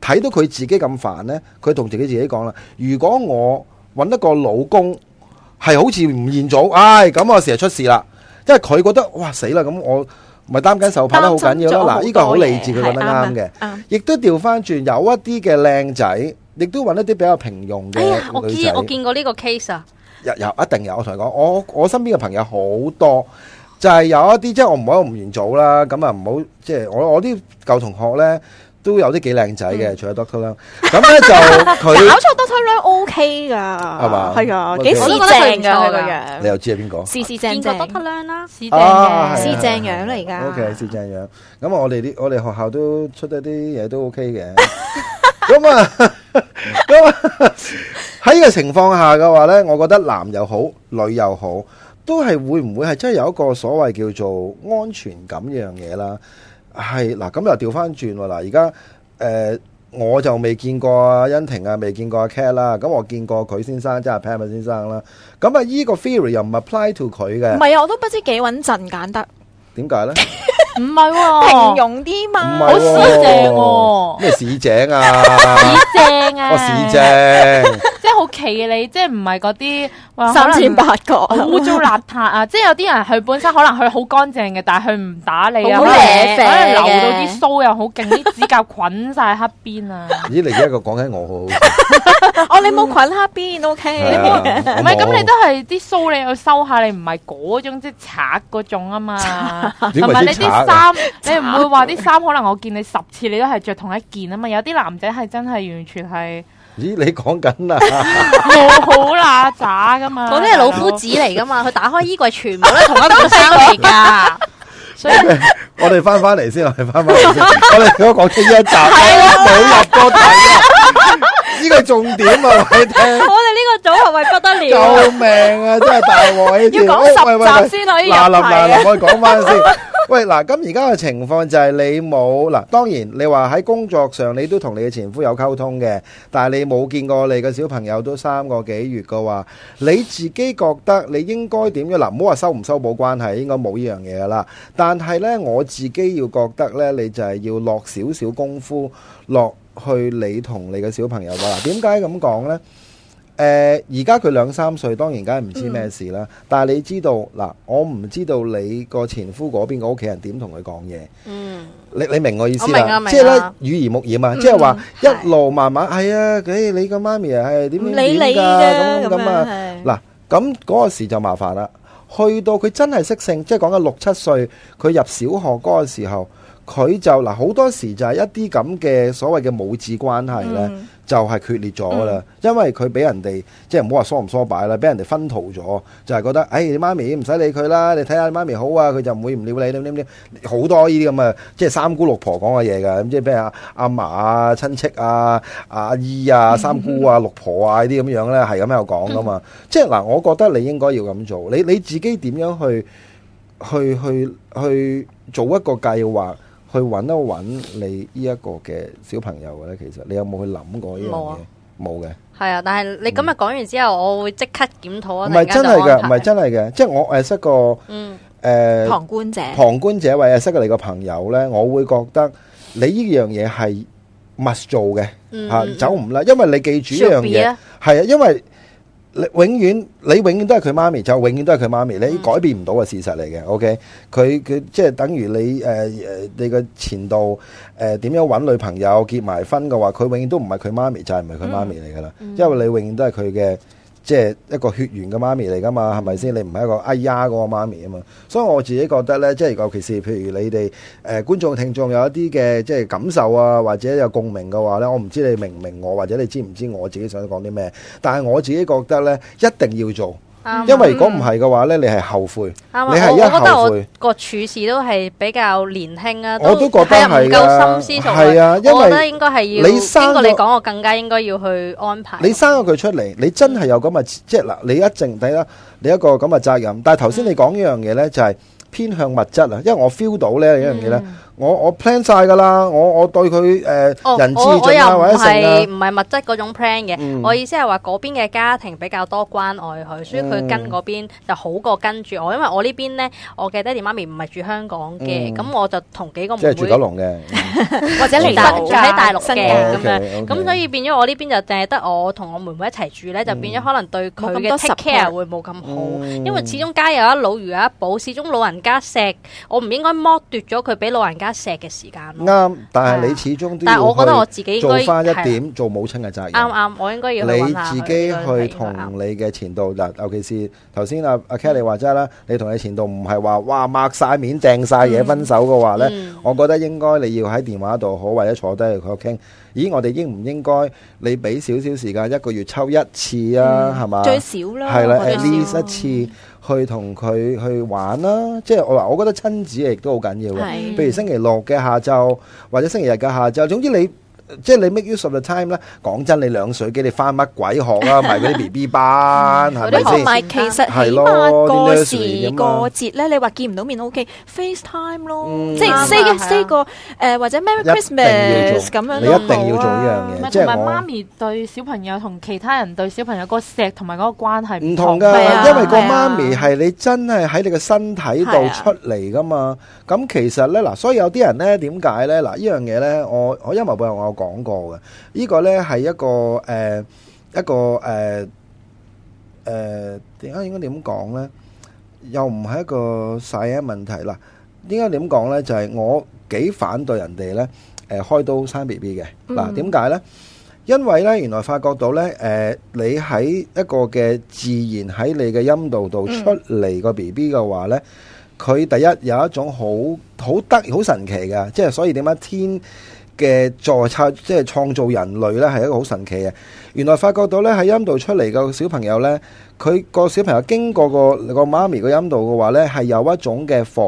睇到佢自己咁煩咧，佢同自己自己講啦：如果我揾一個老公係好似吳彥祖，唉咁我成日出事啦，因為佢覺得哇死啦咁我咪擔緊受怕得好緊要咯。
擔心咗好
嗱，呢個好理智，
多
佢
嘢
覺得啱嘅。，
係啊
亦都調翻轉，有一啲嘅靚仔，亦都揾一啲比較平庸嘅
哎呀，我
女
知
仔。
我見過呢個 case 啊，
有有一定有，我同你講，我我身邊嘅朋友好多，就係、有一啲即係我唔好吳元祖啦，咁啊唔好即係我我啲舊同學咧都有啲幾靚仔嘅，除咗 Doctor 啦，咁咧就
搞
佢
錯多 o r 量 OK 㗎，係
嘛
係啊，
OK
幾市正㗎佢個
你
樣，
又知係邊個
市市
見
正
過
正，
Doctor 亮啦，
市正
啊
嘅，
係
市
啊
正樣啦而家
？O K，是正樣。咁我哋啲我哋學校都出一啲嘢都 O K 嘅， 咁啊， 咁啊喺呢個情況下嘅話呢，我覺得男又好，女又好，都係會唔會係真係有一個所謂叫做安全感呢樣嘢啦？係嗱，咁又調翻轉喎嗱，而家誒。我就未見過阿欣婷啊，未見過阿 Cat 啦，咁我見過佢先生，即係阿 Pam 先生啦。咁啊，依個 theory 又唔 apply to 佢嘅
唔，係啊，我都不知幾穩陣簡得，
點解呢？
唔係
平
喎，
庸啲嘛。
唔係
好市井
喎
喎
咩市井啊？
市正啊，
我市井。
即係好奇你，即係唔係嗰啲哇
三千八角，
可能污糟邋遢啊！即係有啲人佢本身可能佢好乾淨嘅，但係佢唔打理啊，
好
可能
瀨啡
可能留到
嘅
啲鬚又好勁，啲指甲捆晒黑邊啊！
咦，你而家個講緊我好好笑，
哦，你冇菌黑邊
係
，OK，
啊
唔
我
係
冇
咁，你都係啲鬚你要收下，你唔係嗰種即係拆嗰種啊嘛。
點
同埋
為
你
之賊
啲
啊？
衫，你唔會話啲衫可能我見你十次你都係着同一件啊嘛。有啲男仔係真係完全係
咦，你講緊啊？
冇好乸渣噶嘛。
嗰啲係老夫子嚟噶嘛，佢打開衣櫃全部都係同一件衫嚟噶，所以
我哋翻翻嚟先，我哋翻翻嚟先，我哋如果講緊呢一集冇入過題啊，呢個重點啊，話你聽。
我哋呢個組合喂不得
救
了。
命啊！真係大鑊呢條，
要講
喂喂喂
十集先可以入
嗱，林嗱
題啊
林，我哋講翻 先。喂，嗱，咁而家嘅情況就係你冇嗱，當然你話喺工作上你都同你嘅前夫有溝通嘅，但係你冇見過你嘅小朋友都三個幾月嘅話，你自己覺得你應該點樣嗱？唔好話修唔修補關係，應該冇呢樣嘢噶啦。但係呢，我自己要覺得呢，你就係要落少少功夫落去你同你嘅小朋友㗎啦。點解咁講呢？誒而家佢兩三歲，當然梗係唔知咩事啦。
嗯
但係你知道嗱，我唔知道你個前夫嗰邊個屋企人點同佢講嘢。
嗯，
你你明我意思
我明啊
啦，
明啊嗯
即係咧語而目染啊，即係話
係
一路慢慢係啊，誒你個媽咪啊係點
唔
點
理
點
你
㗎咁
嘅咁
咁啊。
樣係。
嗱，咁嗰個時就麻煩啦。去到佢真係識性，即係講緊六七歲，佢入小學嗰個時候，佢就嗱好多時就係一啲咁嘅所謂嘅母子關係呢，
嗯
就係決裂咗噶啦。因為佢俾人哋即係唔好話疏唔疏擺啦，俾人哋分途咗，就係覺得誒、哎你媽咪唔使理佢啦，你睇下你媽咪好啊，佢就唔會唔了你點點點，好多呢啲咁嘅即係三姑六婆講嘅嘢㗎，咁即係譬如阿阿嫲啊、親戚啊、阿姨啊、三姑啊、六婆啊呢啲咁樣咧，係咁喺度講 噶嘛。即係嗱，我覺得你應該要咁做，你你自己點樣去去去去做一個計劃，去揾一揾你呢一個嘅小朋友嘅咧？其實你有冇去諗過呢樣
冇
嘢
啊？
冇嘅，
係啊，但係你今日講完之後，我會即刻檢討啊。
唔係真係
係
嘅，唔係。真係嘅，即係我誒識個誒。
嗯，
呃
旁觀者，
旁觀者或者識你個朋友呢，我會覺得你呢樣嘢係 must 做嘅
嗯
嚇，
嗯
走唔甩，因為你記住一樣
Should be
嘢
啊
係啊，因為你永遠你永遠都係佢媽咪，就永遠都係佢媽咪，你改變唔到嘅事實嚟嘅。OK，佢佢即係等於你誒誒、呃你個前度誒點、樣揾女朋友結埋婚嘅話，佢永遠都唔係佢媽咪，就係唔係佢媽咪嚟㗎啦，因為你永遠都係佢嘅。即係一個血緣嘅媽咪嚟㗎嘛，係咪先？你唔係一個哎呀嗰個媽咪啊嘛，所以我自己覺得呢，即係尤其是譬如你哋誒、呃、觀眾聽眾有一啲嘅即係感受啊，或者有共鳴嘅話呢，我唔知你明唔明我，或者你知唔知我自己想講啲咩？但係我自己覺得呢，一定要做，
啱
因為如果唔係嘅話呢，你係後悔，
啱
你
啊！
係
我
一
我覺得
後悔
我。個處事都係比較年輕啊，
我都覺得
係啊唔
係㗎
夠心思熟慮
係啊因為
我覺得應該係要
你生
經過你
咗
講，我更加應該要去安排。
你生咗佢出嚟，你真係有咁嘅，即係嗱，你一定睇啦，你一個咁嘅責任。但係頭先你講呢樣嘢呢，就係偏向物質啊，因為我 feel 到呢一樣嘢呢，我我 plan 晒㗎啦，我我對佢誒、呃
哦
人
我
資
我
進
又
啊或
唔
者成啊
係。唔係物質嗰種 plan 嘅，
嗯
我意思係話嗰邊嘅家庭比較多關愛佢，所以佢
嗯
跟嗰邊就好過跟住我，因為我呢邊呢，我嘅爹哋媽咪唔係住香港嘅，
嗯
咁、我就同幾個
即
妹
係
妹
住九龍嘅，
或者嚟
大
大
住喺大陸
新
嘅
界
哦
咁樣。
，OK，OK
咁所以變咗我呢邊就淨係得我同我妹妹一齊住咧，就變咗可能對佢
冇咁
嘅
多
take
support
care 會冇咁好，
嗯
因為始終家有一老如有一寶，始終老人家錫我唔應該剝奪咗佢俾老人家錫嘅時間咯。
啱，但係你始終都
但係我覺得我
要去
自己應
做
該
翻一
係啊
點做母親嘅責任。
啱啱，我應該要去
你
揾下
自
佢
己
呢個係
去
應該
同
啱
你嘅前度嗱，尤其是頭先阿阿 Kelly 話齋啦，你同你前度唔係話哇抹晒面掟晒嘢分手嘅話呢，
嗯
我覺得應該你要喺電話度好，或者坐低去佢傾。咦，我哋應唔應該你俾少少時間一個月抽一次啊？係嘛？
最少啦，
係啦
我覺
，at
得
least 一次去同佢去玩啦。即係我話，我覺得親子亦都好緊要嘅。
係
譬如星期六嘅下晝或者星期日嘅下晝，總之你即係你 make use of the time 咧。講真，你兩水機你翻乜鬼學 啊？咪嗰啲 B B 班係咪
嗰啲學
先
埋？
同埋其實
係
起
咯
碼
啲
過
nursery
時
咁啊
過節咧，你話見唔到面 O K，FaceTime 咯，
嗯
即
啱
係
啊
say
係啊
一 say 個誒或者 ờ, Merry
一定要做
Christmas 咁樣
你
咯啊
一定要做呢樣
唔
嘢，
係
即
同
係
埋媽
我。
咪對小朋友同其他人對小朋友嗰個錫同埋嗰個關係
唔同
同
噶，
係啊
因為個
係
媽
啊
咪係你真係喺你個身體度
係啊
出嚟噶嘛。咁其實咧嗱，所以有啲人咧點解咧嗱呢樣嘢咧，我我因為背後我有講過嘅，呢個咧係一個呃誒一個誒誒呃點解應該點講咧？又唔係一個細嘅問題嗱，應該點講咧？就係我幾反對人哋咧誒呃開刀生 B B 嘅嗱，
嗯
點解咧？因為咧，原來發覺到咧，誒、你喺一個嘅自然喺你嘅陰道度
嗯
出嚟個 B B 嘅話咧，佢、第一有一種好好得好神奇嘅，即係所以點解天嘅助策即係創造人類咧係一個好神奇嘅。原來發覺到咧喺陰道出嚟嘅小朋友咧，佢個小朋友經過個個媽咪個陰道嘅話咧，係有一種嘅防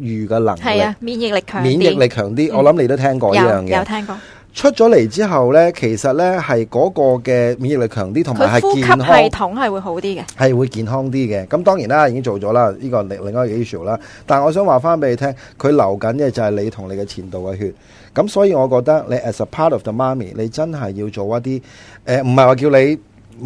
禦嘅能
係
力
啊，，免疫力強啲，嗯
免疫力強啲。我諗你都聽過呢樣
有
嘢
有。聽過，
出咗嚟之後呢，其實呢係嗰個嘅免疫力強啲，同埋
佢
係
呼吸
健康，
系統係會好啲嘅。
係會健康啲嘅。咁當然啦，已經做咗啦，呢個另另外一個 issue 啦。但係我想話翻俾你聽，佢流緊嘅就係你同你嘅前度嘅血。咁所以我覺得你 as a part of the mommy，你真係要做一啲誒，唔係話叫你。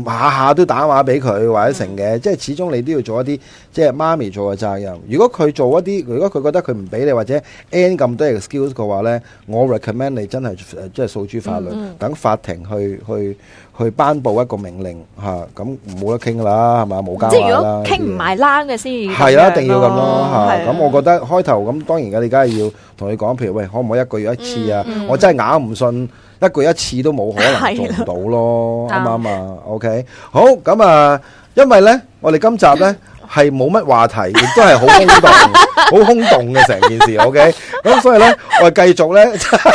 下下都打電話俾佢或者成嘅，
嗯
即係始終你都要做一啲即係媽咪做嘅責任。如果佢做一啲，如果佢覺得佢唔俾你或者 N 咁多 excuse 嘅話呢，我 recommend 你真係呃即係訴諸法律，
嗯
等法庭去去去頒布一個命令嚇，咁冇得傾㗎啦，係嘛冇交
即係如
嗌啦
果
呢
傾唔
啲嘢
埋欄嘅先要
係啊，一定要咁咯嚇。
係啊
咁我覺得開頭咁當然嘅，你梗係要同佢講，譬如喂，可唔可以一個月一次啊？我真係咬唔信，一個月一次都冇可能做唔到咯，啱
係
唔
啦
啱啊？OK，好咁啊，因為咧，我哋今集咧。係冇乜話題，亦都係好空 洞，好空洞嘅成件事。OK，咁所以咧，我哋繼續咧，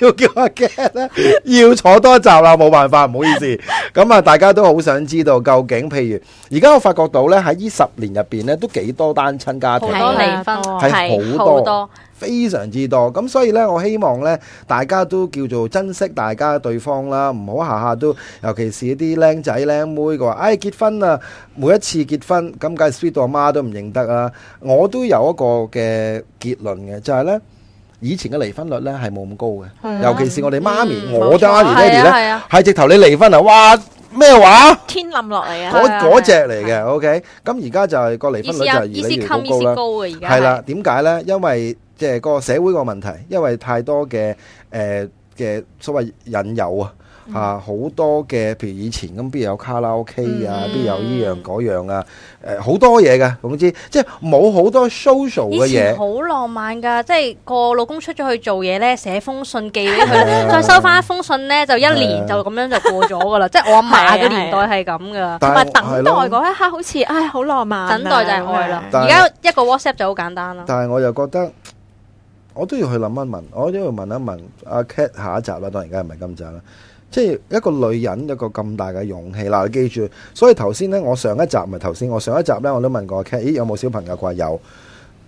要叫阿 Cat 咧， 要坐多一集啦，冇辦法，唔好意思。咁啊，大家都好想知道究竟，譬如而家我發覺到咧，喺呢十年入邊咧，都幾多單親家庭
好
嘅，
多
係
離
啊
婚，
係
係好
好
多
多。
非常之多。咁所以咧，我希望咧，大家都叫做珍惜大家對方啦，唔好下下都，尤其是啲僆仔僆妹嘅話，唉、結婚啦，每一次結婚，咁梗係 sweet 到阿媽都唔認得啦。我都有一個嘅結論嘅，就係、呢：咧。以前嘅離婚率咧係冇咁高嘅，尤其是我哋媽咪，
嗯
我哋媽咪爹哋
係啊
咧
係啊，
係直頭你離婚啊，哇咩話？
天冧落嚟啊！
嗰
係啊
嗰只嚟嘅，OK。咁而家就係個離
意
婚
思
率就
啊
係
意
越
思
嚟越
襟意思
高啦。
高嘅而家
係啦，點解咧？因為即係個社會個問題，因為太多嘅誒嘅所謂引誘啊。
嗯
啊，好多嘅，譬如以前咁，邊有卡拉 OK 啊，
嗯
邊有依樣嗰樣啊，誒、好多嘢嘅，總之即係冇好多 social 嘅
以前
嘢，
好浪漫㗎，即係個老公出咗去做嘢咧，寫封信寄俾佢，
係啊
再收翻一封信咧，就一
係啊
年就咁樣就過咗 㗎啦。即係我阿嫲嘅年代係咁
但
㗎，
同埋等
係
待
咯
嗰一刻，好似唉好浪漫啊，
等待就係愛啦。
但係
而家一個 WhatsApp 就好簡單啦。
但係我又覺得，我都要去諗一問，我都要問一問阿 Cat 下一集啦，當然梗係唔係今集啦。即係一個女人有個咁大嘅勇氣嗱，你記住。所以頭先呢，我上一集咪頭先，我上一集呢，我都問過阿 Cat，咦有冇小朋友？佢話有，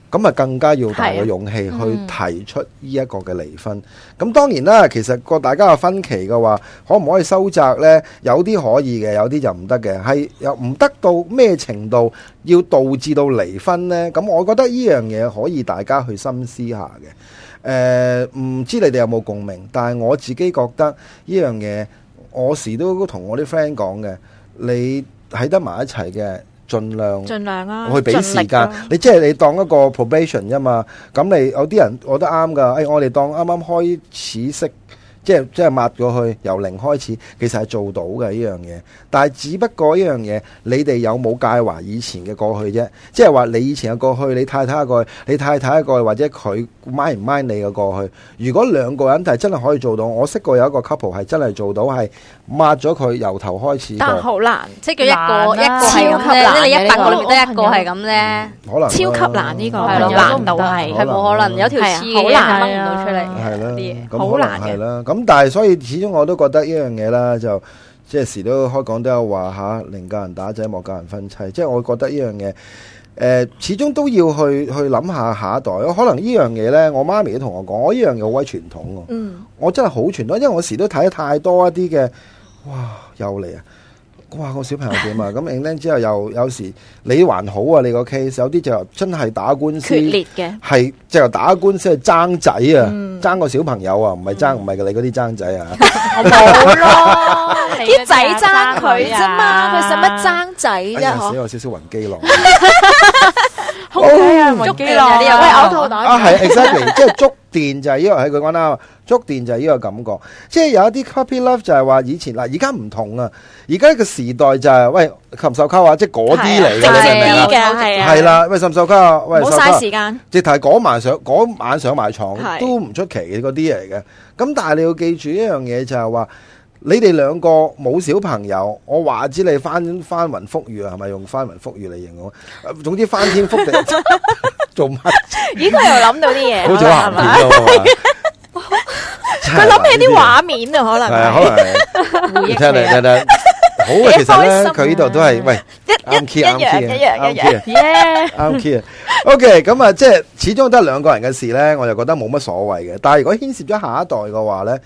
咁啊更加要大嘅勇氣去提出呢一個嘅離婚。咁當然啦，其實個大家嘅分歧嘅話，可唔可以收窄呢？有啲可以嘅，有啲就唔得嘅，係又唔得到咩程度？要導致到離婚呢？咁我覺得呢樣嘢可以大家去深思下嘅。誒、呃唔知你哋有冇共鳴？但係我自己覺得呢樣嘢，我時都同我啲 friend 講嘅，你喺得埋一齊嘅，盡量。
盡量啊，
去俾時
盡力
間
咯，
你即係你當一個 probation 啫嘛。咁你有啲人我覺得啱噶，誒、我哋當啱啱開始識，即係即係抹過去，由零開始，其實係做到嘅呢樣嘢。但係只不過呢樣嘢，你哋有冇介懷以前嘅過去啫？即係話你以前嘅過去，你太太嘅過去，你太太嘅過去，或者佢 mind 唔 mind 你嘅過去。如果兩個人係真係可以做到，我識過有一個 couple 係真係做到，係抹咗佢由頭開始
但
嘅
係，好難，
即係叫一個一
難啊
個係咁
超級難嘅
啫，即係你一百個
呢個
裏面得一個係咁啫，
可能
超級難呢個
係咯
難度係
可
係
能
冇可能有條
係啊
刺嘅
好
嘢
難
係掹唔到出
啊
嚟。
係啦
啲嘢，
咁
好
可能
難
係
嘅
啦。咁但係所以始終我都覺得呢樣嘢啦，就即係時都開講都有話吓，寧教人打仔，莫教人分妻。即係我覺得呢樣嘢诶、始終都要去去諗下下一代咯。可能呢樣嘢呢，我媽咪都同我講，我呢樣嘢好鬼傳統喎。
嗯，
我真係好傳統，因為我時都睇得太多一啲嘅，哇又嚟啊！哇個小朋友點 啊？咁然之後又有時你還好啊，你個 case 有啲就真係打官司
决，裂嘅，
係就打官司係爭仔啊，
嗯
爭個小朋友啊，唔係爭唔係你嗰啲爭仔啊。
我冇咯，你
啲仔
嗰
争
啊
佢啫嘛，佢使乜？
啊
争仔
哎呀
啫？
死
嗬，
我少少暈機浪。啊
好計啊，文基
捉
郎
你
喂，
啊呢
呕
個
吐袋
啊，係 exactly，即係觸電就係呢個喺佢講啦，觸電就係呢個感覺。即係有一啲 copy love 就係話以前嗱，而家唔同啊，而家個時代就係、喂禽獸溝啊，即係嗰啲嚟
係啊
嘅，
直
你明
接
唔明啊
啲？嘅，係啊，
係，啦，喂禽獸溝啊，喂
唔好
獸溝
嘥
啊，
時間，
直頭係嗰晚上嗰晚上埋床
係
都唔出奇嘅嗰啲嚟嘅。咁但係你要記住一樣嘢就係話。你哋兩個冇小朋友，我話知你翻翻雲覆雨啊，係咪用翻雲覆雨嚟形容？呃總之翻天 覆地做乜
咦，佢又諗到啲嘢，
好似好鹹片喎，
佢
佢
諗起啲畫面啊，可
係
能
啊，
係
可能
回憶
你聽
嚟
你
啊
聽聽，好啊，其實
幾開
咧
心啊
佢呢度都係喂
一
啱
一
key
一
啱
樣
key
一樣
啱
一樣
key
耶！
啱 key 啊，OK，咁啊，即係始終都係兩個人嘅事咧，我就覺得冇乜所謂嘅。但係如果牽涉咗下一代嘅話咧，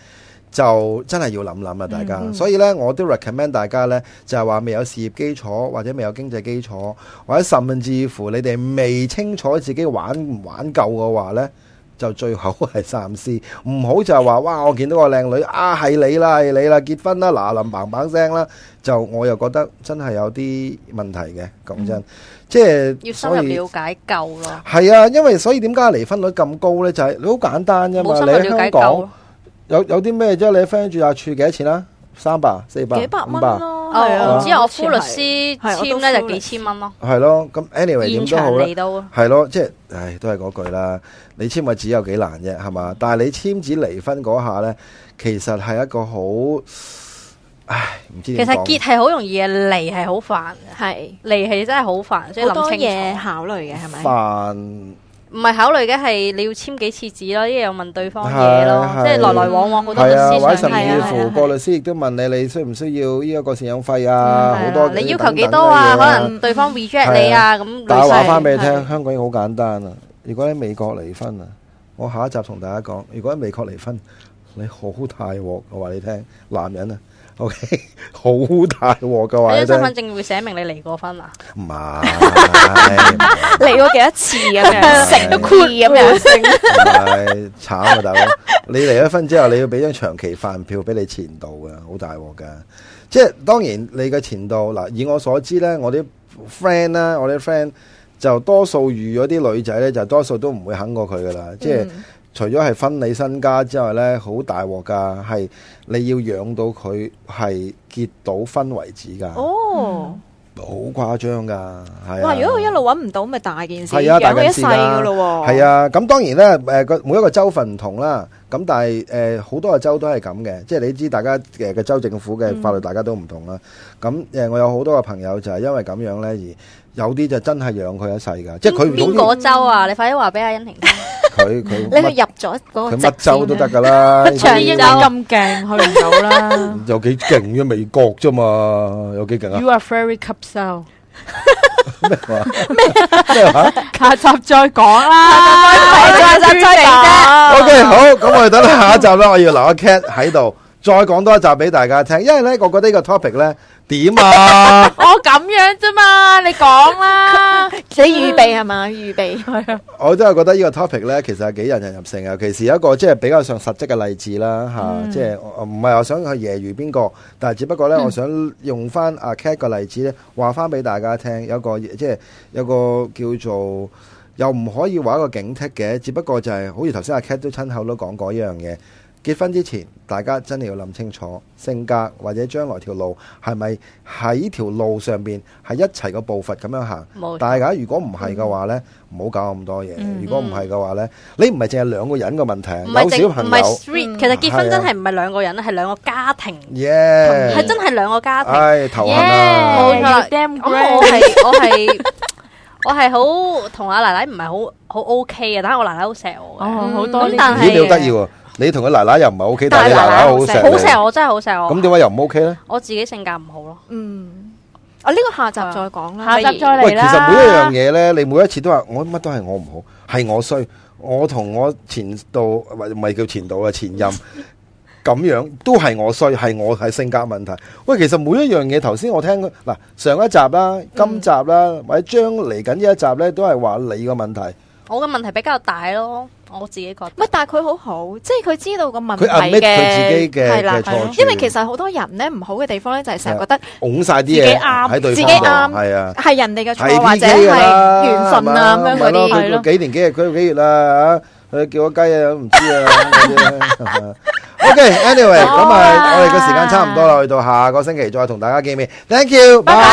就真係要諗諗啦，大家。
嗯嗯
所以咧，我都 recommend 大家咧，就係話未有事業基礎，或者未有經濟基礎，或者甚至乎你哋未清楚自己玩唔玩夠嘅話咧。就最好係三思，唔好就係話哇！我見到個靚女啊，係你啦，係你啦，結婚啦，嗱嗱嘭嘭聲啦，就我又覺得真係有啲問題嘅，講真，即係
嗯要深
所
入
以
了解夠咯，
係啊，因為所以點解離婚率咁高咧？就係、你好簡單啫嘛。
冇深
你
入
喺
了解
香
夠
港。有有啲咩啫？你 friend 住阿處幾多錢啊？三百、四百、
幾百
五
蚊
百，
咯，係啊
哦，我知啊，我夫律
好似係
師
係我都
簽咧
夫
就
律
幾
師
千蚊咯，
係咯。咁 anyway 點
現
都
場
好啦
嚟，到啊。
係咯，即係唉，都係嗰句啦。你簽個紙有幾難啫，係嘛？但係你簽紙離婚嗰下咧，其實係一個好唉，唔知
其
點
實
講。
結係好容易嘅，離係好煩
係
嘅，離係真係好煩，所以
好多
諗清
嘢
楚。
考慮嘅係咪？
飯
唔係考慮嘅係你要簽幾次紙咯，一樣問對方嘢
係啊
咯，即係
係
來來往往好多律
係啊，或者甚
師上
至
嘅
係啊係
乎
啊
個律師亦都問你，你需唔需要呢一個贍養費啊？好多
你
等
要求
等嘅
幾多嗯啊？
嘢
可能對方 reject 你啊，咁
但係
律
話
師
翻俾你聽，
係
香港已經好簡單啦。如果喺美國離婚啊，我下一集同大家講，如果喺美國離婚，你好大鑊，我話你聽，男人啊，OK，好 大鑊嘅話
你
你聽，
張身份證會寫明你離過婚啊？
唔係，
嚟過幾多次咁樣，
係
食都攰咁樣，
唔係慘啊，大佬！你離咗婚之後，你要俾張長期飯票俾你前度嘅，啊好大鑊㗎。即係當然，你嘅前度嗱，以我所知呢，我啲 friend 啦，我啲 friend 就多數遇咗啲女仔呢，就多數都唔會肯過佢㗎
嗯
啦。即係、除咗係分你身家之外呢，好大鑊㗎，係你要養到佢係結到婚為止㗎，好、
哦，
誇張㗎，係
哇！
啊。
如果佢一路揾唔到，咪大件事，
係啊
養
大
佢一
件事
世
㗎
噶咯喎。
係，啊，咁當然啦，誒、個每一個州份唔同啦，咁但係誒好多個州都係咁嘅，即係你知大家誒嘅州政府嘅法律大家都唔同啦。咁誒、我有好多個朋友就係因為咁樣咧，而有啲就真係養佢一世㗎，即係佢唔
邊
好
個州啊？你快啲話俾阿欣婷 聽。
佢佢
你去
乜
入咗嗰個
佢
籍
乜州都得
先啊，
㗎啦，呢
長
長
啲
啲英文咁勁，去唔到 啦。
有幾勁啫？美國啫嘛，有幾勁 啊？
You are very cup so。
咩話？咩話？
下集再講 啦，，
再再再
好 OK，好，咁我哋等下一集啦，我要留阿 Cat 喺度，再講多一集俾大家聽，因為咧，我覺得呢個 topic 咧點啊
我咁樣啫嘛，你 講啦。
你預備係嘛？預備
我都係覺得呢個 topic 咧，其實係幾引人入勝，尤其是一個即係比較上實質嘅例子啦，吓、即係我唔係我想去揶揄邊個，但係只不過咧，我想用翻阿 Cat 個例子咧，話翻俾大家聽，有一個即係有個叫做。又唔可以話一個警惕嘅，只不過就係、好似頭先阿 Cat 都親口都講過一樣嘢，結婚之前，大家真係要諗清楚性格或者將來條路係咪喺條路上邊係一齊個步伐咁樣行。
冇
大家如果唔係嘅話呢，唔好搞咁多嘢。如果唔係嘅話呢，你唔係淨係兩個人嘅問
嗯唔
題，
係
有
淨
小
唔
朋
係
友
嗯
street，其實結
係啊
婚真係唔係兩個人，係兩個家庭，
耶，
係真係兩個家庭。
唉頭痕
Yeah，冇錯
啊！
啦
You damn
咁我
great。
係我係我係好同阿奶奶唔係好好 OK 嘅，但係我奶奶好錫我嘅，
哦，好
咁
多呢
但
啲
係
咦，你好得意喎！你同佢奶奶又唔係 OK，但係你啊
但係
奶
奶奶
奶好
好錫
錫
好
你，
錫我真係好錫我。
咁點解又唔 OK 呢？
我自己性格唔好咯，
嗯，哦，呢個下集再講啦，
啊下集再嚟
喂，
嚟
其
啦
實每一樣嘢咧，你每一次都話我乜都係我唔好，係我衰，我同我前度或者唔係叫前度啊，前 任咁樣都係我衰，係我係性格問題。喂，其實每一樣嘢頭先我聽嗱上一集啦、今集
嗯
啦，或者將嚟緊呢一集咧，都係話你個問題。
我嘅問題比較大咯，我自己覺
唔係
得。
但係佢好好，即係佢知道個問題
佢 admit 佢
嘅
自己嘅
係啦
嘅錯處
因為其實好多人咧唔好嘅地方咧，就係成日覺得
拱晒啲嘢喺對
自己
方
啱
度，係啊。
係人哋嘅
係
錯或者係
啲機㗎啦
緣分啊咁樣
咪
嗰
咯
啲。
佢
係咯
幾年幾日，佢幾月啦嚇，佢叫我雞啊，唔知啊咁嗰 啲啊 OK，anyway，咁
好
啊，
啊
我哋嘅時間差唔多啦，去到下個星期再同大家見面。Thank you，拜拜。
拜。